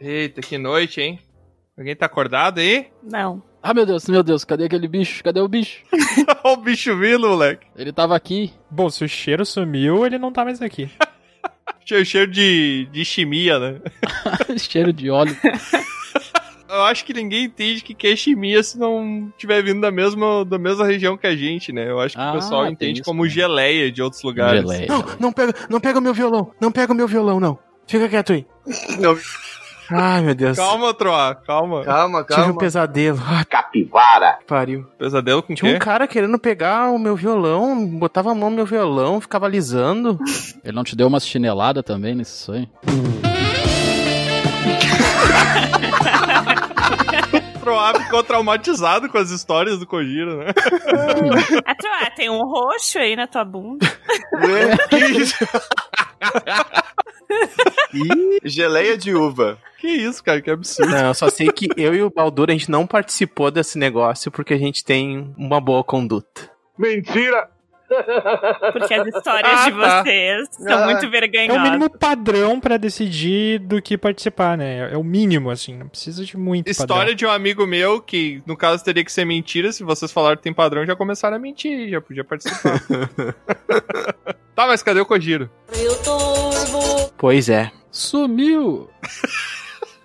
noite, de noite, hein? Alguém tá acordado aí? Não. Ah, meu Deus, meu Deus, cadê aquele bicho? Cadê o bicho? Olha o bicho vindo, moleque. Ele tava aqui. Bom, se o cheiro sumiu, ele não tá mais aqui. Cheiro, cheiro de, de chimia, né? Cheiro de óleo. Eu acho que ninguém entende que, que é chimia se não tiver vindo da mesma, da mesma região que a gente, né? Eu acho que Ah, o pessoal tem entende isso como também. geleia de outros lugares. Geleia. Não, não pega, não pega o meu violão. Não pega o meu violão, não. Fica quieto aí. Não. Ai, meu Deus. Calma, Troá, calma. Calma, Tive um calma. pesadelo. Ah, Capivara. que pariu. Pesadelo com o Tinha um quê? cara querendo pegar o meu violão, botava a mão no meu violão, ficava alisando. Ele não te deu umas chineladas também nesse sonho? Troá ficou traumatizado com as histórias do Kojiro, né? A Troá, tem um roxo aí na tua bunda. É. que isso? Ih, Geleia de uva. Que isso, cara, que absurdo. Não, eu só sei que eu e o Baldur, a gente não participou desse negócio porque a gente tem uma boa conduta. Mentira! Porque as histórias Ah, de tá. vocês são Ah, muito É o vergonhosas. mínimo padrão pra decidir do que participar, né? É o mínimo, assim. Não precisa de muito História padrão. de um amigo meu que, no caso, teria que ser mentira. Se vocês falaram que tem padrão, já começaram a mentir, já podia participar. tá, mas cadê o Kojiro? Pois é. Sumiu!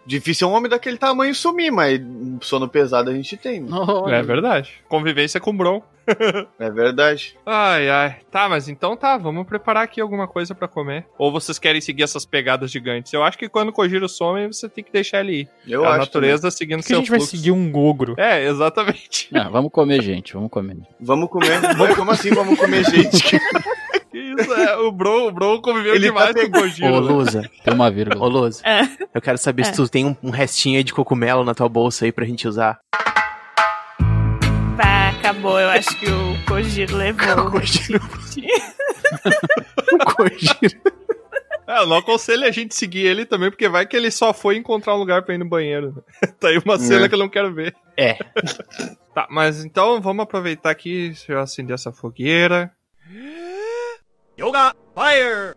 Difícil é um homem daquele tamanho sumir, mas sono pesado a gente tem. Olha. É verdade. Convivência com o Bron. É verdade. Ai, ai. Tá, mas então tá, vamos preparar aqui alguma coisa pra comer. Ou vocês querem seguir essas pegadas gigantes? Eu acho que quando o Kojiro some, você tem que deixar ele ir. Eu é a acho. natureza seguindo Por que a seu gente vai fluxo. seguir um ogro? É, exatamente. Ah, vamos comer, gente, vamos comer. também. Vamos comer. Mas Como assim vamos comer, gente? Que isso, é, o Bro, o Bro conviveu Ele demais tá com o Ô, Kojiro. né? Lusa, Tem uma ô, vírgula. Lusa. É. Eu quero saber se tu tem um, um restinho aí de cogumelo na tua bolsa aí pra gente usar. Pá, Tá, acabou. Eu acho que o Kojiro levou. É, eu não aconselho a gente seguir ele também, porque vai que ele só foi encontrar um lugar pra ir no banheiro. né? tá aí uma cena É. que eu não quero ver. É. Tá, mas então vamos aproveitar aqui, deixa eu acender essa fogueira. Yoga Fire!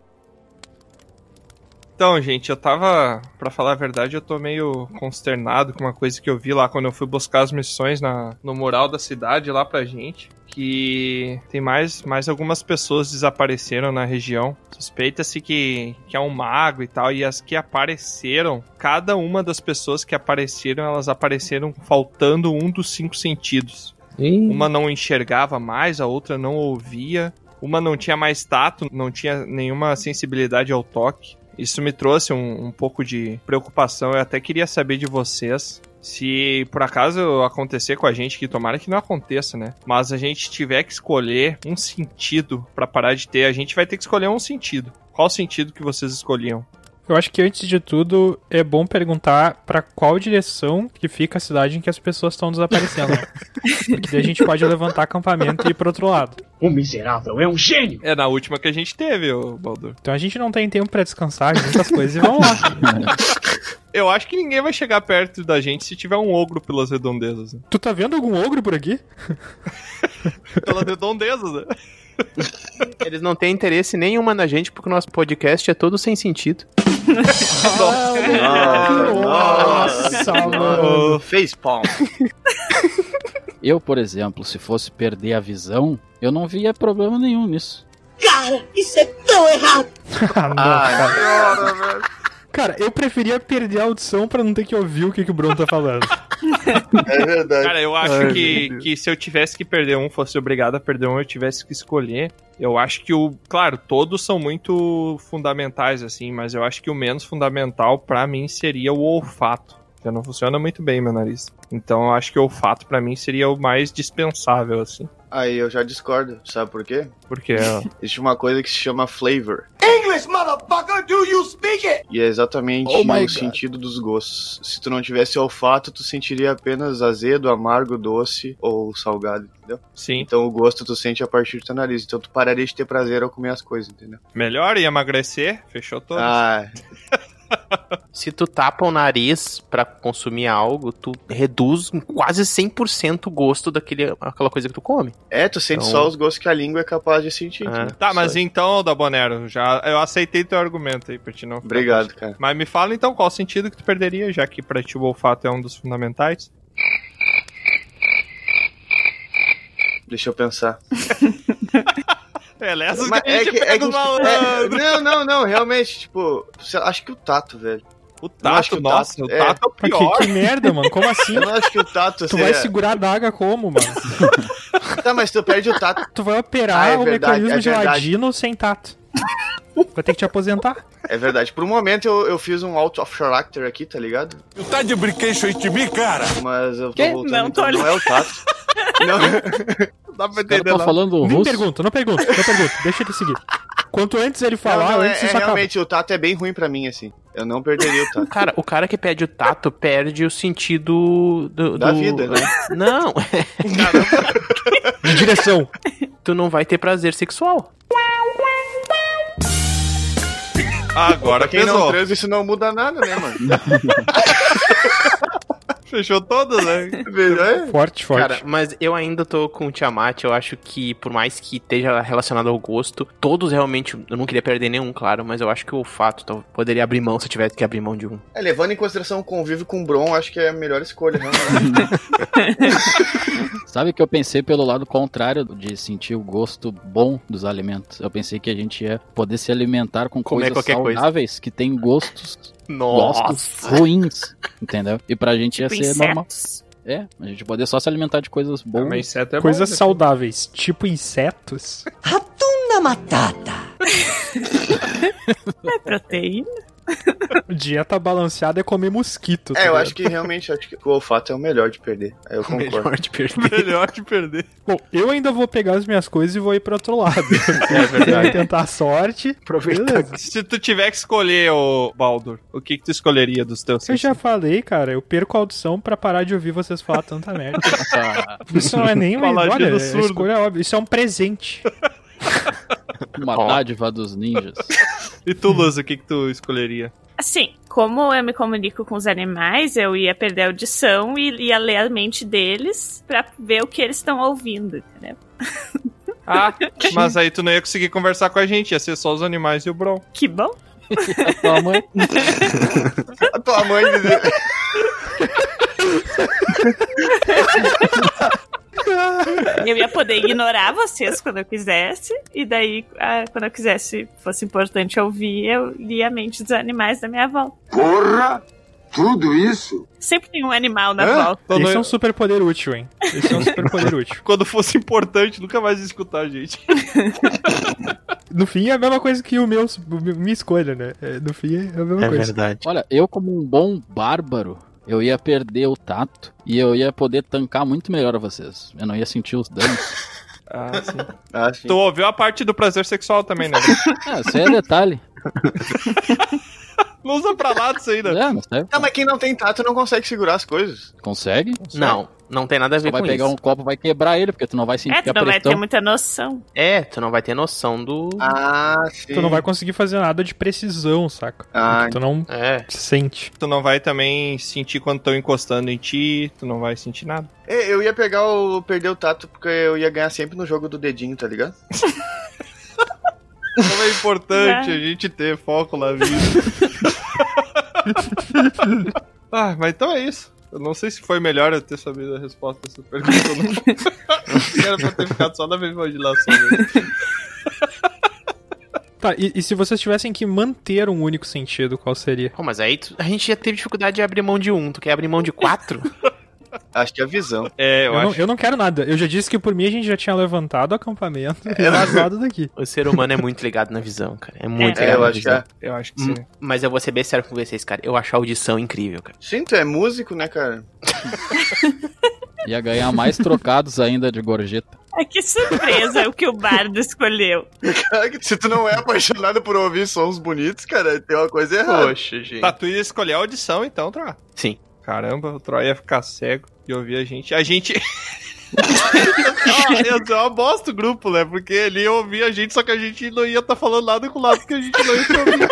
Então, gente, eu tava, pra falar a verdade, eu tô meio consternado com uma coisa que eu vi lá quando eu fui buscar as missões na, no mural da cidade lá pra gente, que tem mais, mais algumas pessoas desapareceram na região. Suspeita-se que, que é um mago e tal, e as que apareceram, cada uma das pessoas que apareceram, elas apareceram faltando um dos cinco sentidos. Uma não enxergava mais, a outra não ouvia. Uma não tinha mais tato, não tinha nenhuma sensibilidade ao toque. Isso me trouxe um, um pouco de preocupação. Eu até queria saber de vocês se por acaso acontecer com a gente, que tomara que não aconteça, né? Mas a gente tiver que escolher um sentido pra parar de ter, a gente vai ter que escolher um sentido. Qual sentido que vocês escolhiam? Eu acho que antes de tudo é bom perguntar pra qual direção que fica a cidade em que as pessoas estão desaparecendo. né? Porque daí a gente pode levantar acampamento e ir pro outro lado. O miserável é um gênio! É na última que a gente teve, ô Baldur. Então a gente não tem tempo pra descansar, junta as coisas e vamos lá. Eu acho que ninguém vai chegar perto da gente se tiver um ogro pelas redondezas. né? Tu tá vendo algum ogro por aqui? Pelas redondezas, né? Eles não têm interesse nenhuma na gente porque o nosso podcast é todo sem sentido. Nossa, mano. Fez palm. Eu, por exemplo, se fosse perder a visão, eu não via problema nenhum nisso. Ah, não, cara. Cara, eu preferia perder a audição pra não ter que ouvir o que, que o Bruno tá falando. É verdade. Cara, eu acho Ai, que, que se eu tivesse que perder um, fosse obrigado a perder um, eu tivesse que escolher. Eu acho que o. Claro, todos são muito fundamentais, assim, mas eu acho que o menos fundamental pra mim seria o olfato. Já não funciona muito bem meu nariz. Então eu acho que o olfato pra mim seria o mais dispensável, assim. Aí eu já discordo. Sabe por quê? Porque. ó, Existe uma coisa que se chama flavor. E é exatamente Oh my o God. sentido dos gostos. Se tu não tivesse olfato, tu sentiria apenas azedo, amargo, doce ou salgado, entendeu? sim. Então o gosto tu sente a partir do teu nariz. Então tu pararia de ter prazer ao comer as coisas, entendeu? Melhor e emagrecer. Fechou todas. Ah, Se tu tapa o nariz pra consumir algo, tu reduz quase 100% o gosto daquele, aquela coisa que tu come. É, tu sente Então- só os gostos que a língua é capaz de sentir. É. né? Tá, mas Só- então, Dabonero, já eu aceitei teu argumento aí, pra ti não. ficar Obrigado, cara. Mas me fala então qual sentido que tu perderia, já que pra ti o olfato é um dos fundamentais. Deixa eu pensar. É, essas Mas que a gente que- pega que- no malandro. é- não, não, não, realmente, tipo, sei lá, acho que o tato, velho. O acho tato, que o nossa, tato- o é. tato é o Mas pior. que, que merda, mano. Como assim? Eu não acho que o tato Tu vai seria- segurar a daga como, mano? Tá, mas tu perde o tato. Tu vai operar Ah, é o verdade, mecanismo é verdade. geladino sem tato. Vai ter que te aposentar. É verdade. Por um momento eu, eu fiz um out of character aqui, tá ligado? Tu tá de brinquedo de mim, cara? Mas eu tô Quê? voltando. Não, então, tô não é o tato. Não, não dá pra O cara entender tá não. falando Nem russo. pergunta, não pergunta, não pergunta. Deixa ele seguir. Quanto antes ele falar, Não, não, é, antes é isso acaba. realmente, o tato é bem ruim pra mim, assim. Eu não perderia o tato. Cara, o cara que perde o tato perde o sentido do, Da do- vida, né? Não, De direção. tu não vai ter prazer sexual. Agora Pra quem não pesou. transa, isso não muda nada, né, mano? Fechou todas, né? Verdade? Forte, forte. é Cara, mas eu ainda tô com o Tiamat. Eu acho que, por mais que esteja relacionado ao gosto, todos realmente. Eu não queria perder nenhum, claro, mas eu acho que o olfato então, poderia abrir mão se eu tivesse que abrir mão de um. É, levando em consideração o convívio com o Bron, acho que é a melhor escolha, realmente. Sabe que eu pensei pelo lado contrário de sentir o gosto bom dos alimentos. Eu pensei que a gente ia poder se alimentar com Comer coisas qualquer coisa. saudáveis que tem gostos, gostos Nossa! ruins, entendeu? E pra gente ia Tipo ser normal. insetos. É, a gente poder só se alimentar de coisas boas. Mas inseto é Coisas bom, né? saudáveis, tipo insetos. É proteína. Dieta balanceada é comer mosquito. tá é, eu ligado? acho que realmente acho que o olfato é o melhor de perder. Aí Eu concordo. Melhor de perder. Melhor de perder. Bom, eu ainda vou pegar as minhas coisas e vou ir pro outro lado. É verdade. tentar a sorte. Beleza. Se tu tiver que escolher, o Baldur, o que, que tu escolheria dos teus Eu já falei, cara, eu perco a audição pra parar de ouvir vocês falar tanta merda. Essa Isso não é nem uma Paladino olha, a surdo. escolha óbvia. Isso é um presente. uma Ó. dádiva dos ninjas. E tu, Luz, o que, que tu escolheria? Assim, como eu me comunico com os animais, eu ia perder a audição e ia ler a mente deles pra ver o que eles estão ouvindo, entendeu? Ah, mas aí tu não ia conseguir conversar com a gente, ia ser só os animais e o Bron. Que bom. A tua mãe. A tua mãe dizer. Eu ia poder ignorar vocês quando eu quisesse, e daí, ah, quando eu quisesse, fosse importante ouvir, eu lia a mente dos animais da minha volta. Porra! Tudo isso? Sempre tem um animal na Hã? volta. Então não Esse é ia- um superpoder útil, hein? Esse é um superpoder útil. Quando fosse importante, nunca mais ia escutar a gente. No fim é a mesma coisa que o meu, o meu- minha escolha, né? É, No fim é a mesma É coisa. verdade. Olha, eu como um bom bárbaro, eu ia perder o tato e eu ia poder tancar muito melhor a vocês. Eu não ia sentir os danos. Ah, sim. Ah, sim. Tu ouviu a parte do prazer sexual também, né? Bron? Ah, isso aí é detalhe. Não usa pra lá disso aí, né? É, mas é, Tá, mas quem não tem tato não consegue segurar as coisas. consegue. Não, não tem nada a Só ver vai com pegar isso. um copo, vai quebrar ele, porque tu não vai sentir É, tu a não vai pressão. ter muita noção. É, tu não vai ter noção do. Ah, sim. Tu não vai conseguir fazer nada de precisão, saca? Ah, Porque tu não É. sente. Tu não vai também sentir quando estão encostando em ti, tu não vai sentir nada. É, Eu ia pegar o perder o tato porque eu ia ganhar sempre no jogo do dedinho, tá ligado? Como é importante É. a gente ter foco na vida. ah, mas então é isso. Eu não sei se foi melhor eu ter sabido a resposta dessa pergunta. ou Não. Era pra ter ficado só na minha imaginação. Né? Tá, e, e se vocês tivessem que manter um único sentido, qual seria? Pô, mas aí tu- a gente já teve dificuldade de abrir mão de um. Tu quer abrir mão de quatro? Acho que é a visão. É, eu, Eu, não, acho. eu não quero nada. Eu já disse que por mim a gente já tinha levantado o acampamento e vazado daqui. o ser humano é muito ligado na visão, cara. É muito É. É, ligado eu na acho que visão. Eu acho que Hum. é. sim. Mas eu vou ser bem sério com vocês, cara. Eu acho a audição incrível, cara. Sim, tu é músico, né, cara? Ia ganhar mais trocados ainda de gorjeta. Ai, É que surpresa o que o Bardo escolheu. Cara, Se tu não é apaixonado por ouvir sons bonitos, cara, tem uma coisa errada. Poxa, gente. Tá, tu ia escolher a audição então, Troá. Sim. Caramba, o Troá ia ficar cego e ouvir a gente. A gente. Ó, Eu sou uma bosta o tá grupo, né? Porque ele ia ouvir a gente, só que a gente não ia estar falando nada com o lado que a gente não ia ouvir.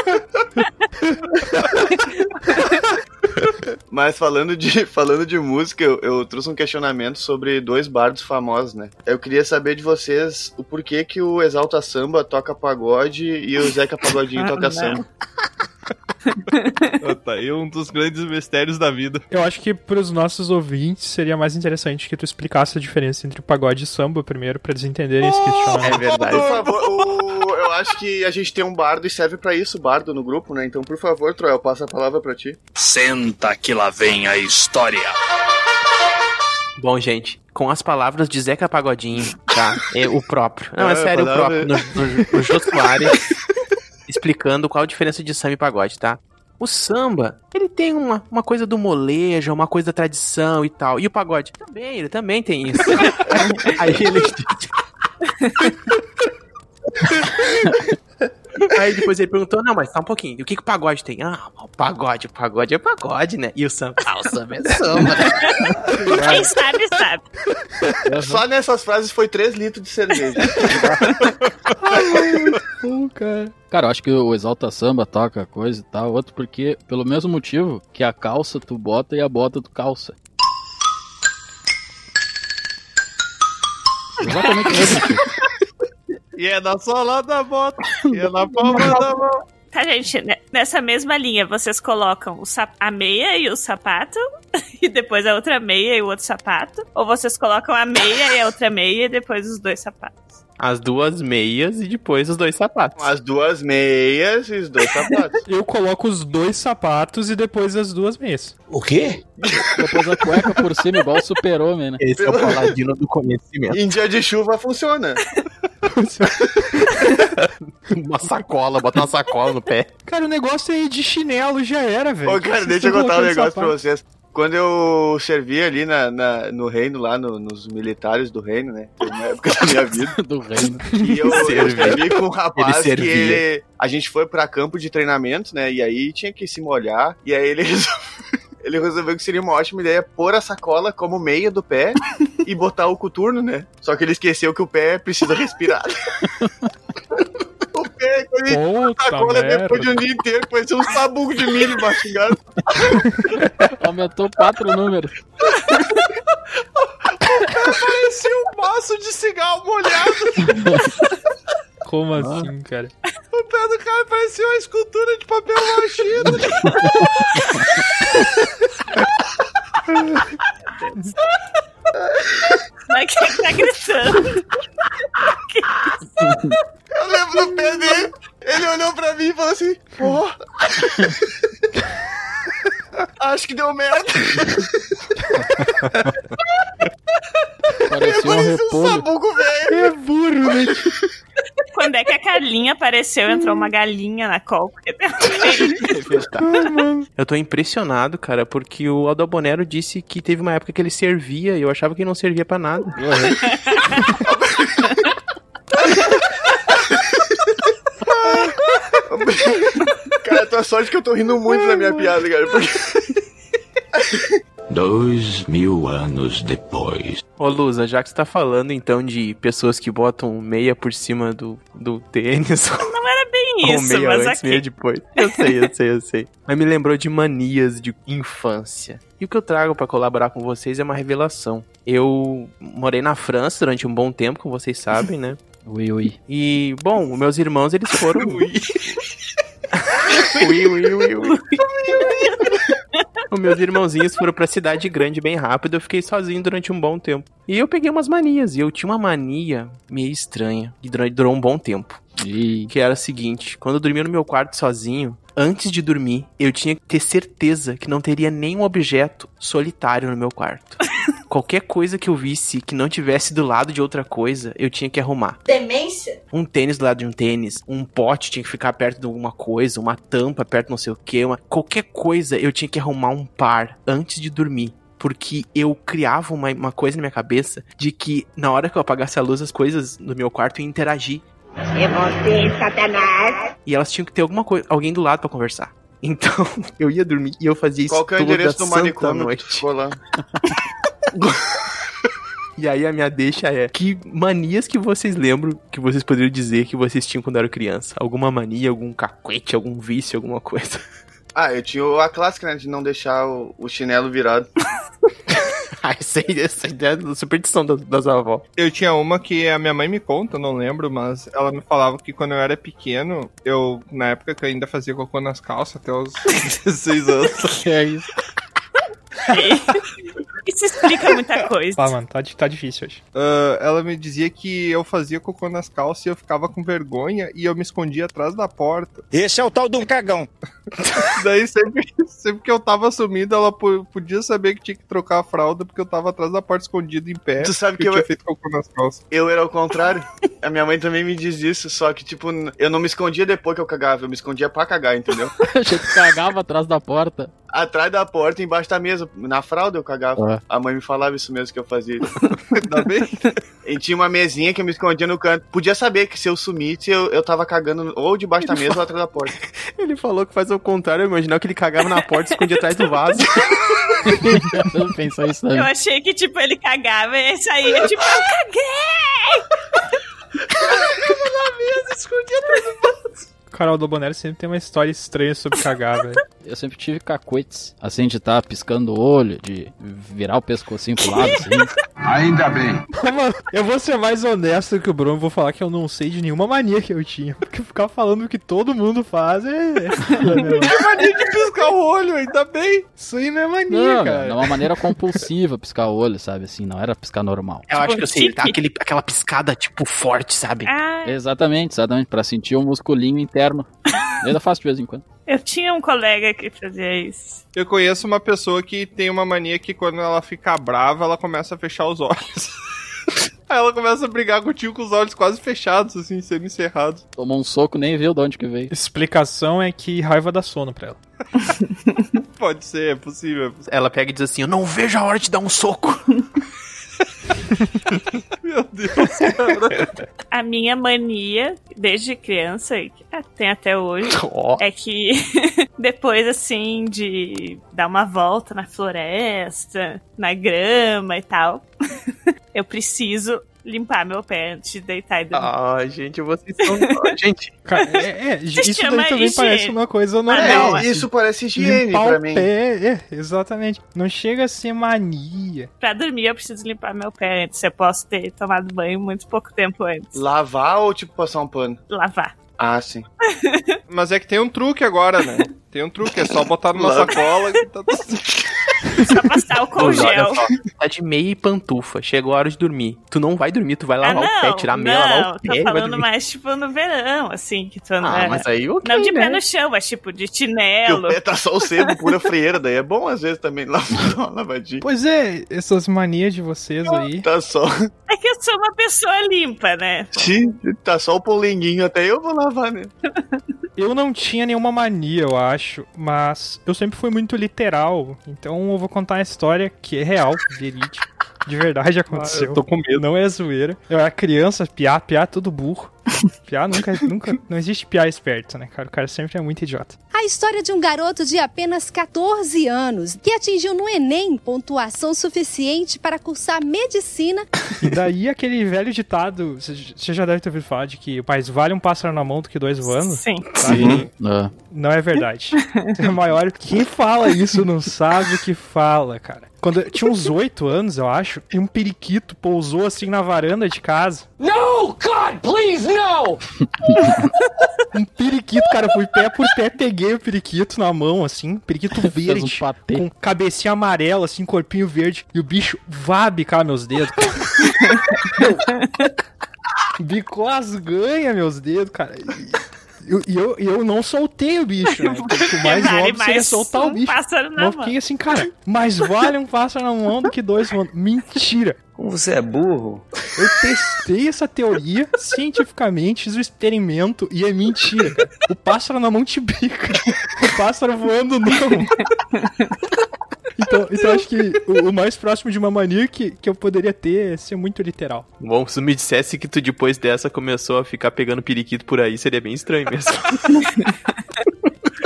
Mas falando de, falando de música, eu, eu trouxe um questionamento sobre dois bardos famosos, né? Eu queria saber de vocês o porquê que o Exalta Samba toca pagode e o Zeca Pagodinho Ah, toca não. samba. Tá aí um dos grandes mistérios da vida. Eu acho que pros nossos ouvintes seria mais interessante que tu explicasse a diferença entre pagode e samba primeiro, pra eles entenderem esse questionamento. É verdade. Por favor, o- eu acho que a gente tem um bardo e serve pra isso, bardo no grupo, né? Então, por favor, Troel, passa a palavra pra ti. Senta que lá vem a história. Bom, gente, com as palavras de Zeca Pagodinho, tá? É o próprio. Não, é Ah, sério, o palavra- próprio. No, no, no Jô Soares, explicando qual a diferença de samba e pagode, tá? O samba, ele tem uma, uma coisa do molejo, uma coisa da tradição e tal. E o pagode também, ele também tem isso. Aí ele. Aí depois ele perguntou, não, mas tá um pouquinho, o que, que o pagode tem? Ah, o pagode, o pagode é pagode, né? E o samba, ah, o samba é samba, né? Quem sabe, sabe. Só nessas frases foi 3 litros de cerveja. Cara, eu acho que o Exalta Samba toca coisa e tal. Outro porque, pelo mesmo motivo que a calça tu bota e a bota tu calça. Exatamente o mesmo motivo. E é na sola da bota, e é na palma da mão. Tá, gente, ne- nessa mesma linha, vocês colocam o sap- a meia e o sapato, e depois a outra meia e o outro sapato, ou vocês colocam a meia e a outra meia, e depois os dois sapatos. as duas meias e depois os dois sapatos. As duas meias e os dois sapatos. Eu coloco os dois sapatos e depois as duas meias. O quê? Depois a cueca por cima, igual o super-homem, né? Esse é o paladino do conhecimento. em dia de chuva funciona. Uma sacola, bota uma sacola no pé. Cara, o negócio aí de chinelo já era, velho. Ô, cara, Vocês deixa eu estão contar um colocando negócio pra sapato. vocês. Quando eu servi ali na, na- no reino, lá no- nos militares do reino, né? Foi uma época da minha vida. Do reino. E eu, eu Servia. servi com um rapaz Ele que servia. ele- a gente foi pra campo de treinamento, né? E aí tinha que se molhar. E aí ele resolveu, ele resolveu que seria uma ótima ideia pôr a sacola como meia do pé e botar o coturno, né? Só que ele esqueceu que o pé precisa respirar. o pé, quando ele Puta sacola merda. depois de um dia inteiro, parecia um sabugo de milho mastigado. Aumentou quatro números. Parecia um maço de cigarro molhado. Como assim, cara? O pé do cara parecia uma escultura de papel machê. Mas quem tá gritando? Eu lembro do pé dele. Ele olhou pra mim e falou assim: Ó. Acho que deu merda. Parecia um Parecia um repolho. sabugo velho. É burro, né? Quando é que a Carlinha apareceu, entrou uma galinha na call? Porque tem É Eu tô impressionado, cara, porque o Aldobonero disse que teve uma época que ele servia e eu achava que ele não servia pra nada. Cara, tua sorte que eu tô rindo muito da minha piada, cara. Porque Dois mil anos depois. Ô, Lusa, já que você tá falando então de pessoas que botam meia por cima do, do tênis, bem isso, ou meia mas antes, meia aqui. depois. Eu sei, eu sei, eu sei. Mas me lembrou de manias de infância. E o que eu trago pra colaborar com vocês é uma revelação. Eu morei na França durante um bom tempo, como vocês sabem, né? Ui, ui. E, bom, meus irmãos, eles foram... Ui, ui, ui, ui. Os meus irmãozinhos foram pra cidade grande bem rápido, eu fiquei sozinho durante um bom tempo. E eu peguei umas manias, e eu tinha uma mania meio estranha, que durou- durou um bom tempo Ih, que era o seguinte: quando eu dormia no meu quarto sozinho, antes de dormir, eu tinha que ter certeza que não teria nenhum objeto solitário no meu quarto. Qualquer coisa que eu visse que não tivesse do lado de outra coisa, eu tinha que arrumar. Demência? Um tênis do lado de um tênis, um pote tinha que ficar perto de alguma coisa, uma tampa perto de não sei o que, uma... qualquer coisa eu tinha que arrumar um par antes de dormir. Porque eu criava uma, uma coisa na minha cabeça de que na hora que eu apagasse a luz, as coisas no meu quarto iam interagir. É você, Satanás. E elas tinham que ter alguma coisa, alguém do lado pra conversar. Então, eu ia dormir e eu fazia isso Qual que é o toda endereço do santa manicômio que tu noite. ficou lá? E aí a minha deixa é: que manias que vocês lembram que vocês poderiam dizer que vocês tinham quando eram criança? Alguma mania, algum cacuete, algum vício, alguma coisa? Ah, eu tinha a clássica, né? De não deixar o, o chinelo virado. ah, essa aí, essa aí é a superstição das, das avó. Eu tinha uma que a minha mãe me conta, não lembro, mas ela me falava que quando eu era pequeno, eu, na época que eu ainda fazia cocô nas calças, até os 16 anos. que é isso? Isso explica muita coisa. Pá, mano, tá, di- tá difícil hoje. Ah, ela me dizia que eu fazia cocô nas calças e eu ficava com vergonha e eu me escondia atrás da porta. Esse é o tal de um cagão. Daí sempre, sempre que eu tava sumindo, ela po- podia saber que tinha que trocar a fralda porque eu tava atrás da porta escondido em É, pé. Tu sabe porque que eu eu- tinha feito cocô nas calças. Eu era ao contrário. A minha mãe também me diz isso, só que, tipo, n- eu não me escondia depois que eu cagava, eu me escondia pra cagar, entendeu? Achei que cagava atrás da porta. Atrás da porta, embaixo da mesa. Na fralda eu cagava. Ah. A mãe me falava isso mesmo que eu fazia. Ainda bem. E tinha uma mesinha que eu me escondia no canto. Podia saber que se eu sumisse, eu, eu tava cagando ou debaixo da mesa ou atrás da porta. Ele falou que faz ao contrário, eu imaginava que ele cagava na porta e escondia atrás do vaso. Eu pensei isso Eu também. achei que, tipo, ele cagava e saía, tipo, eu caguei! O Carol do Bonero sempre tem uma história estranha sobre cagar, velho. Eu sempre tive cacoetes, assim, de estar piscando o olho, de virar o pescocinho pro lado, assim. Ainda bem. Mano, eu vou ser mais honesto que o Bruno, vou falar que eu não sei de nenhuma mania que eu tinha. Porque ficar falando o que todo mundo faz é. Piscar o olho, ainda bem. Isso aí não é mania, Não, meu, cara. de uma maneira compulsiva piscar o olho, sabe, assim, não era piscar normal. Eu acho que eu sei, tique. tá? Aquele, aquela piscada, tipo, forte, sabe? É. Ah, Exatamente, exatamente, pra sentir o musculinho interno. Eu ainda faço de vez em quando. eu tinha um colega que fazia isso. Eu conheço uma pessoa que tem uma mania que quando ela fica brava, ela começa a fechar os olhos. Aí ela começa a brigar contigo com os olhos quase fechados, assim, semi-cerrados. Tomou um soco, nem viu de onde que veio. Explicação é que raiva dá sono pra ela. Pode ser, é possível. é possível. Ela pega e diz assim: Eu não vejo a hora de dar um soco. Meu Deus, cara. A minha mania, desde criança, e que ah, tem até hoje, Ó, é que depois, assim, de dar uma volta na floresta, na grama e tal, eu preciso limpar meu pé antes de deitar e dormir. Ah, gente, vocês são. Ah, gente, Cara, é, é, Isso isso chama daí também higiene. parece uma coisa normal. não, assim. é, isso parece higiene Limpar pra o mim. pé, é, exatamente. Não chega a ser Ah. mania. Pra dormir, eu preciso limpar meu pé antes. Eu posso ter tomado banho muito pouco tempo antes. Lavar ou, tipo, passar um pano? Lavar. Ah, sim. Mas é que tem um truque agora, né? Tem um truque, é só botar numa sacola que tá tudo certo. Só passar o Olha congel. só, tá de meia e pantufa. Chegou a hora de dormir. Tu não vai dormir, tu vai Ah, lavar não, o pé, tirar a meia, lavar não, o pé. tô e vai falando dormir. mais, tipo, no verão, assim, que tu Ah, anda... mas aí ok, Não de né? pé no chão, mas tipo de Porque o chinelo. pé tá só o sebo, pura frieira. Daí é bom, às vezes, também lavar uma lavadinha. Pois é, essas manias de vocês aí. Tá só. É que eu sou uma pessoa limpa, né? Tá só o polenguinho, até eu vou lavar, né? Eu não tinha nenhuma mania, eu acho, mas eu sempre fui muito literal. Então eu vou contar uma história que é real, verídica. De verdade aconteceu. Ah, Eu tô com medo. Não é zoeira. Eu era criança, piá, piá, tudo burro. Piá nunca, nunca. Não existe piá esperto, né, cara? O cara sempre é muito idiota. A história de um garoto de apenas 14 anos que atingiu no Enem pontuação suficiente para cursar medicina. E daí aquele velho ditado, você j- você já deve ter ouvido falar de que mais vale um pássaro na mão do que dois voando. tá? Sim. Sim. Ah, Não é verdade. É maior. Quem fala isso não sabe o que fala, cara. Quando eu tinha uns oito anos, eu acho, e um periquito pousou assim na varanda de casa. Um periquito, cara, eu fui pé por pé, peguei o periquito na mão, assim, periquito fez verde. um patê. Com cabecinha amarela, assim, corpinho verde. E o bicho vá bicar meus dedos, cara. Bicou as ganhas, meus dedos, cara. E eu, e eu, e eu não soltei o bicho, né? Porque O mais Vale óbvio seria mais soltar o um bicho. pássaro na Mas eu mão. fiquei assim, cara, mais vale um pássaro na mão do que dois voando. Mentira! Como você é burro. Eu testei essa teoria cientificamente, fiz o experimento e é mentira, cara. O pássaro na mão te bica. O pássaro voando não. Então, então acho que o, o mais próximo de uma mania que, que eu poderia ter é ser muito literal. Bom, se tu me dissesse que tu depois dessa começou a ficar pegando periquito por aí, seria bem estranho mesmo.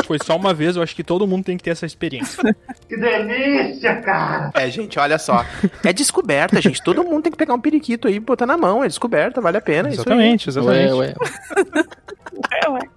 foi só uma vez, eu acho que todo mundo tem que ter essa experiência. Que delícia, cara! É, gente, olha só. É descoberta, gente. Todo mundo tem que pegar um periquito aí e botar na mão. É descoberta, vale a pena. é isso aí. Exatamente, exatamente. Ué, ué. É,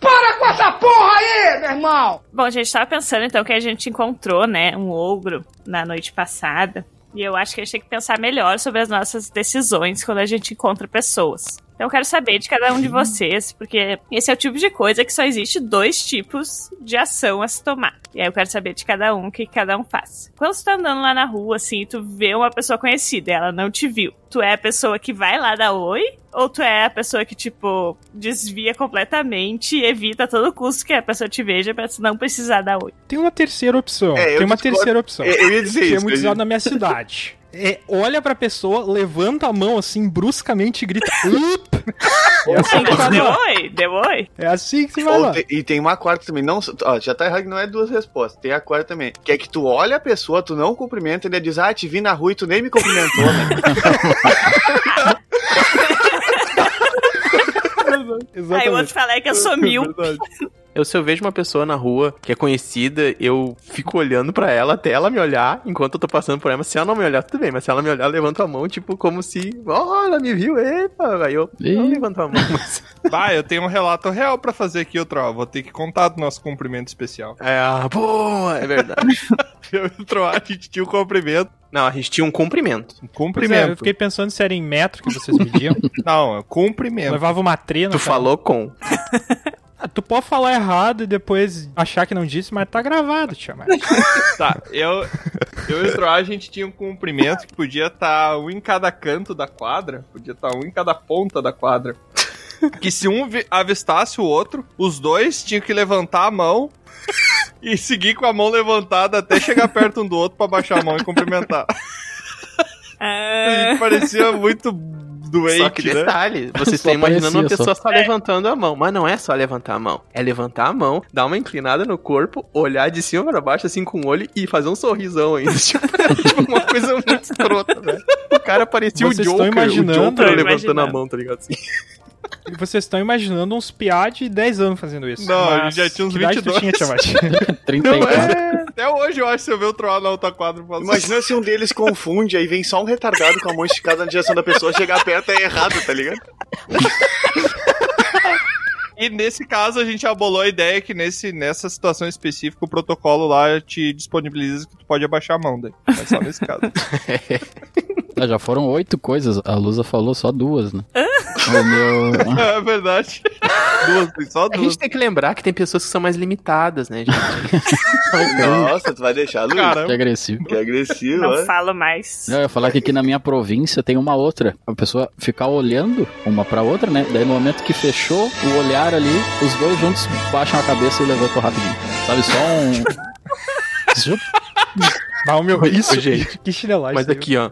Para com essa porra aí, meu irmão! Bom, a gente tava pensando então que a gente encontrou, né, um ogro na noite passada. E eu acho que a gente tem que pensar melhor sobre as nossas decisões quando a gente encontra pessoas. Então eu quero saber de cada um de vocês, porque esse é o tipo de coisa que só existe dois tipos de ação a se tomar. E aí eu quero saber de cada um o que cada um faz. Quando tu tá andando lá na rua, assim, e tu vê uma pessoa conhecida, e ela não te viu. Tu é a pessoa que vai lá dar oi? Ou tu é a pessoa que, tipo, desvia completamente e evita a todo custo que a pessoa te veja pra tu não precisar dar oi? Tem uma terceira opção. É, eu tem uma discordo- terceira opção. eu- eu ia dizer que é isso, eu ia muito dizer- usado na minha cidade. É, olha pra pessoa, levanta a mão assim, bruscamente e grita. "Up!" é assim que vai Deu lá. oi? Deu oi? É assim que se vai Ou lá. te- e tem uma quarta também. Não, ó, já tá errado que não é duas respostas. Tem a quarta também. Que é que tu olha a pessoa, tu não cumprimenta, ele diz, ah, te vi na rua e tu nem me cumprimentou, né? Aí o outro fala é que eu sou mil. Eu, se eu vejo uma pessoa na rua que é conhecida, eu fico olhando pra ela até ela me olhar, enquanto eu tô passando por ela. Mas se ela não me olhar, tudo bem. Mas se ela me olhar, eu levanto a mão, tipo, como se. Ó, ela me viu, epa. Aí eu não levanto a mão. Mas... Bah, eu tenho um relato real pra fazer aqui, outro, ó. Vou ter que contar do nosso cumprimento especial. É, pô, é verdade. eu e o Troá, a gente tinha um cumprimento. Não, a gente tinha um cumprimento. Um Pois é, cumprimento. eu fiquei pensando se era em metro que vocês mediam. Não, é cumprimento. Levava uma trena. Tu falou com. Ah, tu pode falar errado e depois achar que não disse, mas tá gravado, tia Mari. Tá, eu, eu e o Troá, a gente tinha um cumprimento que podia estar um em cada canto da quadra, podia estar um em cada ponta da quadra. Que se um vi- avistasse o outro, os dois tinham que levantar a mão e seguir com a mão levantada até chegar perto um do outro pra baixar a mão e cumprimentar. E parecia muito doente, Só que né? detalhe, vocês Só estão imaginando uma parecia, pessoa só, levantando a mão. Mas não é só levantar a mão. É levantar a mão, dar uma inclinada no corpo, olhar de cima pra baixo, assim, com o olho e fazer um sorrisão ainda. Tipo, uma coisa muito escrota, velho. O cara parecia Vocês o estão Joker, imaginando? o Joker Tô levantando a imaginando. mão, tá ligado? Assim. E vocês estão imaginando uns piá de 10 anos fazendo isso. Não, Mas a gente já tinha uns que idade 22. Tu tinha, tia Mari? Não, é. Até hoje eu acho que se eu ver o Troá na outra quadra, eu falo assim, Imagina se um deles confunde, aí vem só um retardado com a mão esticada na direção da pessoa, chegar perto é errado, tá ligado? E nesse caso, a gente abolou a ideia que nesse, nessa situação específica, o protocolo lá te disponibiliza que tu pode abaixar a mão daí. Mas só nesse caso. Ah, já foram oito coisas. A Lusa falou só duas, né? o meu... ah, é verdade. Duas, só A gente tem que lembrar que tem pessoas que são mais limitadas, né, gente? tá- Nossa, tu vai deixar, Lu? Que agressivo. Que agressivo, Não ó. falo mais. Não, eu ia falar que aqui na minha província tem uma outra. A pessoa ficar olhando uma pra outra, né? Daí no momento que fechou o olhar ali, os dois juntos baixam a cabeça e levantam rapidinho. Sabe, só um. Não, meu, Ô, isso, gente. que chinelagem. Mas isso aí, aqui, ó.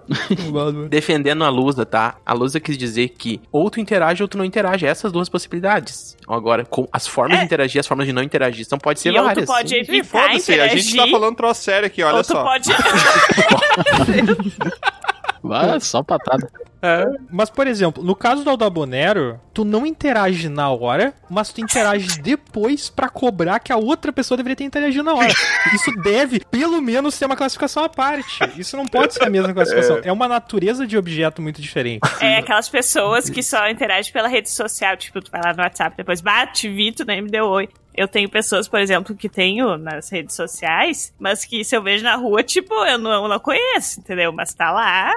um Defendendo a Lusa, tá? A Lusa quis dizer que ou tu interage ou tu não interage. É Essas duas possibilidades. Agora, com as formas de interagir e as formas de não interagir. Então pode ser É. E ou tu várias. pode Sim. evitar Ih, foda-se, a gente tá interagir. falando troço sério aqui, olha Ou tu só. pode. Ah, só patada. Mas, por exemplo, no caso do Aldabonero, tu não interage na hora, mas tu interage depois pra cobrar que a outra pessoa deveria ter interagido na hora. Isso deve, pelo menos, ter uma classificação à parte. Isso não pode ser a mesma classificação. É uma natureza de objeto muito diferente. É aquelas pessoas que só interagem pela rede social, tipo, tu vai lá no WhatsApp depois, bate, vi, tu nem me deu oi. Eu tenho pessoas, por exemplo, que tenho nas redes sociais, mas que se eu vejo na rua, tipo, eu não, eu não conheço, entendeu? Mas tá lá.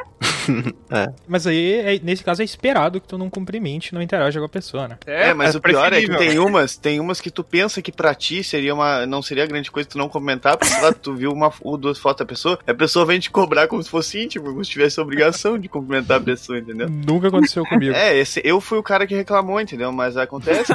Mas aí, é- nesse caso, é esperado que tu não cumprimente, não interaja com a pessoa, né? É, mas o pior é que preferível. tem umas, tem umas que tu pensa que pra ti seria uma, não seria grande coisa tu não comentar, porque sei lá, tu viu uma ou duas fotos da pessoa, a pessoa vem te cobrar como se fosse íntimo, como se tivesse obrigação de cumprimentar a pessoa, entendeu? Nunca aconteceu comigo. É, esse, eu fui o cara que reclamou, entendeu? Mas acontece.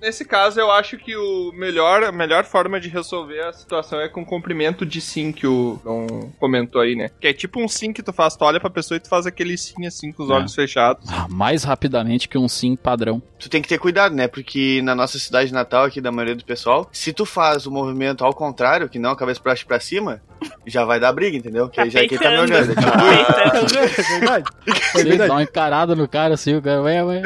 Nesse caso, eu acho que o melhor, a melhor forma de resolver a situação é com o comprimento de sim que o Dom comentou aí, né? Que é tipo um sim que tu faz, tu olha pra pessoa e tu faz aquele sim assim com os É. olhos fechados. Ah, mais rapidamente que um sim padrão. Tu tem que ter cuidado, né? Porque na nossa cidade natal aqui, da maioria do pessoal, se tu faz o movimento ao contrário, que não a cabeça pra baixo e pra cima, já vai dar briga, entendeu? Que aí já é quem tá me olhando. é tipo, É verdade. Sim, dá uma encarada no cara assim, o cara vai, vai.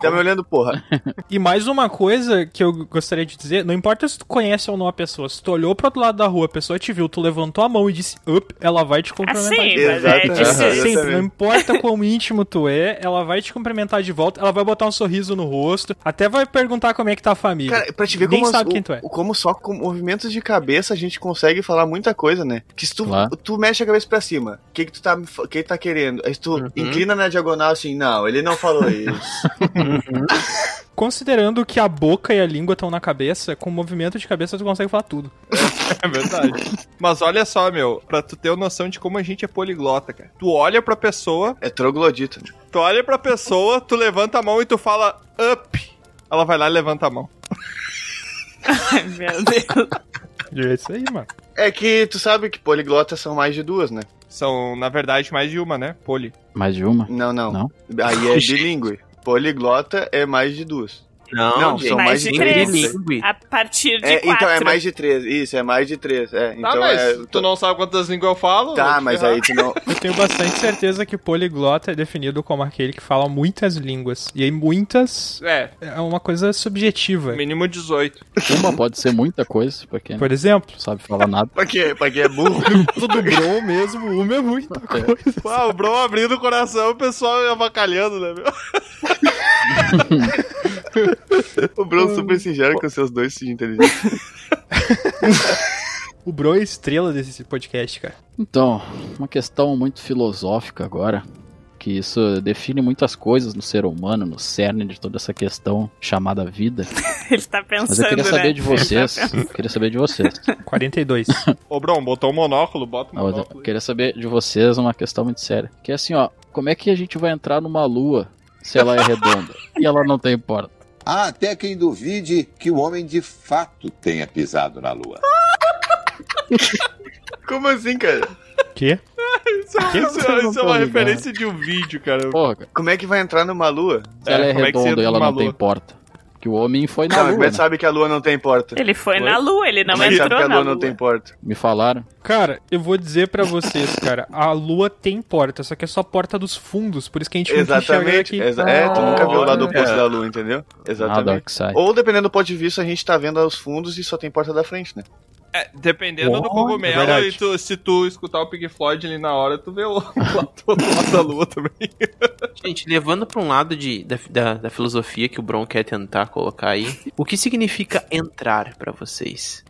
Tá me olhando, porra. E mais uma coisa que eu gostaria de dizer, não importa se tu conhece ou não a pessoa, se tu olhou pro outro lado da rua, a pessoa te viu, tu levantou a mão e disse up, ela vai te cumprimentar Assim, de mas é Exatamente. difícil. Sempre, não Exatamente. importa quão íntimo tu é, ela vai te cumprimentar de volta, ela vai botar um sorriso no rosto, até vai perguntar como é que tá a família. Cara, pra te ver Nem como, sabe o- quem tu é. o- como só com movimentos de cabeça a gente consegue falar muita coisa, né? Que se tu, tu mexe a cabeça pra cima, o que que tu tá, me fa- o que que tá querendo? Aí se tu Uhum. inclina na diagonal assim, não, ele não falou isso. Considerando que a boca e a língua estão na cabeça, com movimento de cabeça tu consegue falar tudo. É verdade. Mas olha só, meu, pra tu ter uma noção de como a gente é poliglota, cara. Tu olha pra pessoa. É troglodita. Tu olha pra pessoa, tu levanta a mão e tu fala up. Ela vai lá e levanta a mão. Meu Deus. É isso aí, mano. É que tu sabe que poliglotas são mais de duas, né? São, na verdade, mais de uma, né? Poli. Mais de uma? Não, não. Não? Aí é bilíngue. Poliglota é mais de duas. Não, Ah, gente. são mais, Mais de de três. três. A partir de É, quatro. né? então é mais de três, isso, é mais de três. É, então Tá, mas é. tu não sabe quantas línguas eu falo? é? vou Tá, te mas ferrar. aí tu não. Eu tenho bastante certeza que poliglota é definido como aquele que fala muitas línguas. E aí muitas É. é uma coisa subjetiva. Mínimo 18. Uma pode ser muita coisa, pra quem Por exemplo? não sabe falar nada. Pra quê? Pra quê é burro? Tudo bro mesmo, uma é muita coisa. Uau, o Bro abrindo o coração, o pessoal avacalhando, né, meu? o Bruno super singelo com seus dois de inteligência. O bro é a estrela desse podcast, cara. Então, uma questão muito filosófica agora, que isso define muitas coisas no ser humano, no cerne de toda essa questão chamada vida. Ele tá pensando, Mas eu queria né? saber de vocês. Ele tá eu queria saber de vocês. 42. Ô, Bron, botou o monóculo, bota o Ah, Não, é- eu monóculo. queria saber de vocês uma questão muito séria. Que é assim, ó, como é que a gente vai entrar numa lua se ela é redonda e ela não tem porta? Há até quem duvide que o homem de fato tenha pisado na lua. Como assim, cara? Quê? Isso é, isso Que é- vocês não isso é tão uma ligando? referência de um vídeo, cara. Como é que vai entrar numa lua? Se ela é, como que você redonda entra e ela numa não tem lua? porta. Que o homem foi na Não, lua. mas né? sabe que a lua não tem porta. Ele foi na lua, ele não Como é que sabe entrou que a na lua lua. não tem porta. Me falaram. Ah, Cara, eu vou dizer pra vocês, cara, a lua tem porta, só que é só porta dos fundos, por isso que a gente não Exatamente. enxerga Exa- tá? aqui. é, tu nunca viu o lado oposto É. da lua, entendeu? dark Exatamente. side. Ou dependendo do ponto de vista, a gente tá vendo os fundos e só tem porta da frente, né? É, dependendo do Olha, cogumelo, verdade. e tu- se tu escutar o Pink Floyd ali na hora, tu vê o lado, o lado da lua também. Gente, levando pra um lado de, da, da, da filosofia que o Bron quer tentar colocar aí, o que significa entrar pra vocês?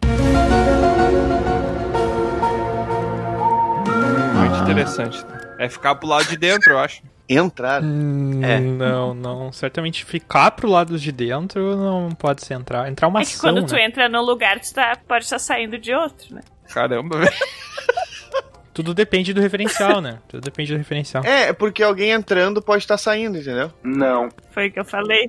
Muito interessante. É ficar pro lado de dentro, eu acho. Entrar? Hum. É. Não, não. Certamente ficar pro lado de dentro não pode ser entrar. Entrar é uma É que ação, quando tu né? entra num lugar, tu tá- pode estar saindo de outro, né? Caramba, velho. Tudo depende do referencial, né? Tudo depende do referencial. É, é porque alguém entrando pode estar saindo, entendeu? Não. Foi o que eu falei.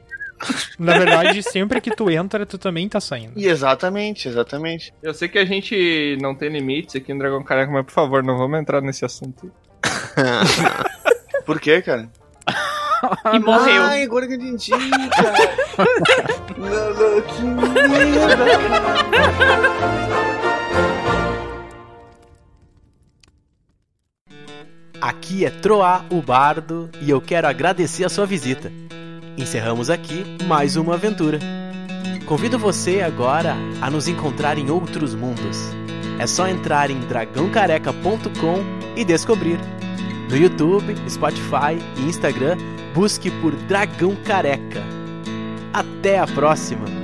Na verdade, sempre que tu entra, tu também tá saindo. E exatamente, exatamente. Eu sei que a gente não tem limites aqui no Dragão Careca, mas por favor, não vamos entrar nesse assunto. Por quê, cara? E morreu. Ai, agora que eu entendi, cara. Não, não, que merda, Aqui é Troá, o Bardo, e eu quero agradecer a sua visita. Encerramos aqui mais uma aventura. Convido você agora a nos encontrar em outros mundos. É só entrar em dragãocareca.com e descobrir. No YouTube, Spotify e Instagram, busque por Dragão Careca. Até a próxima!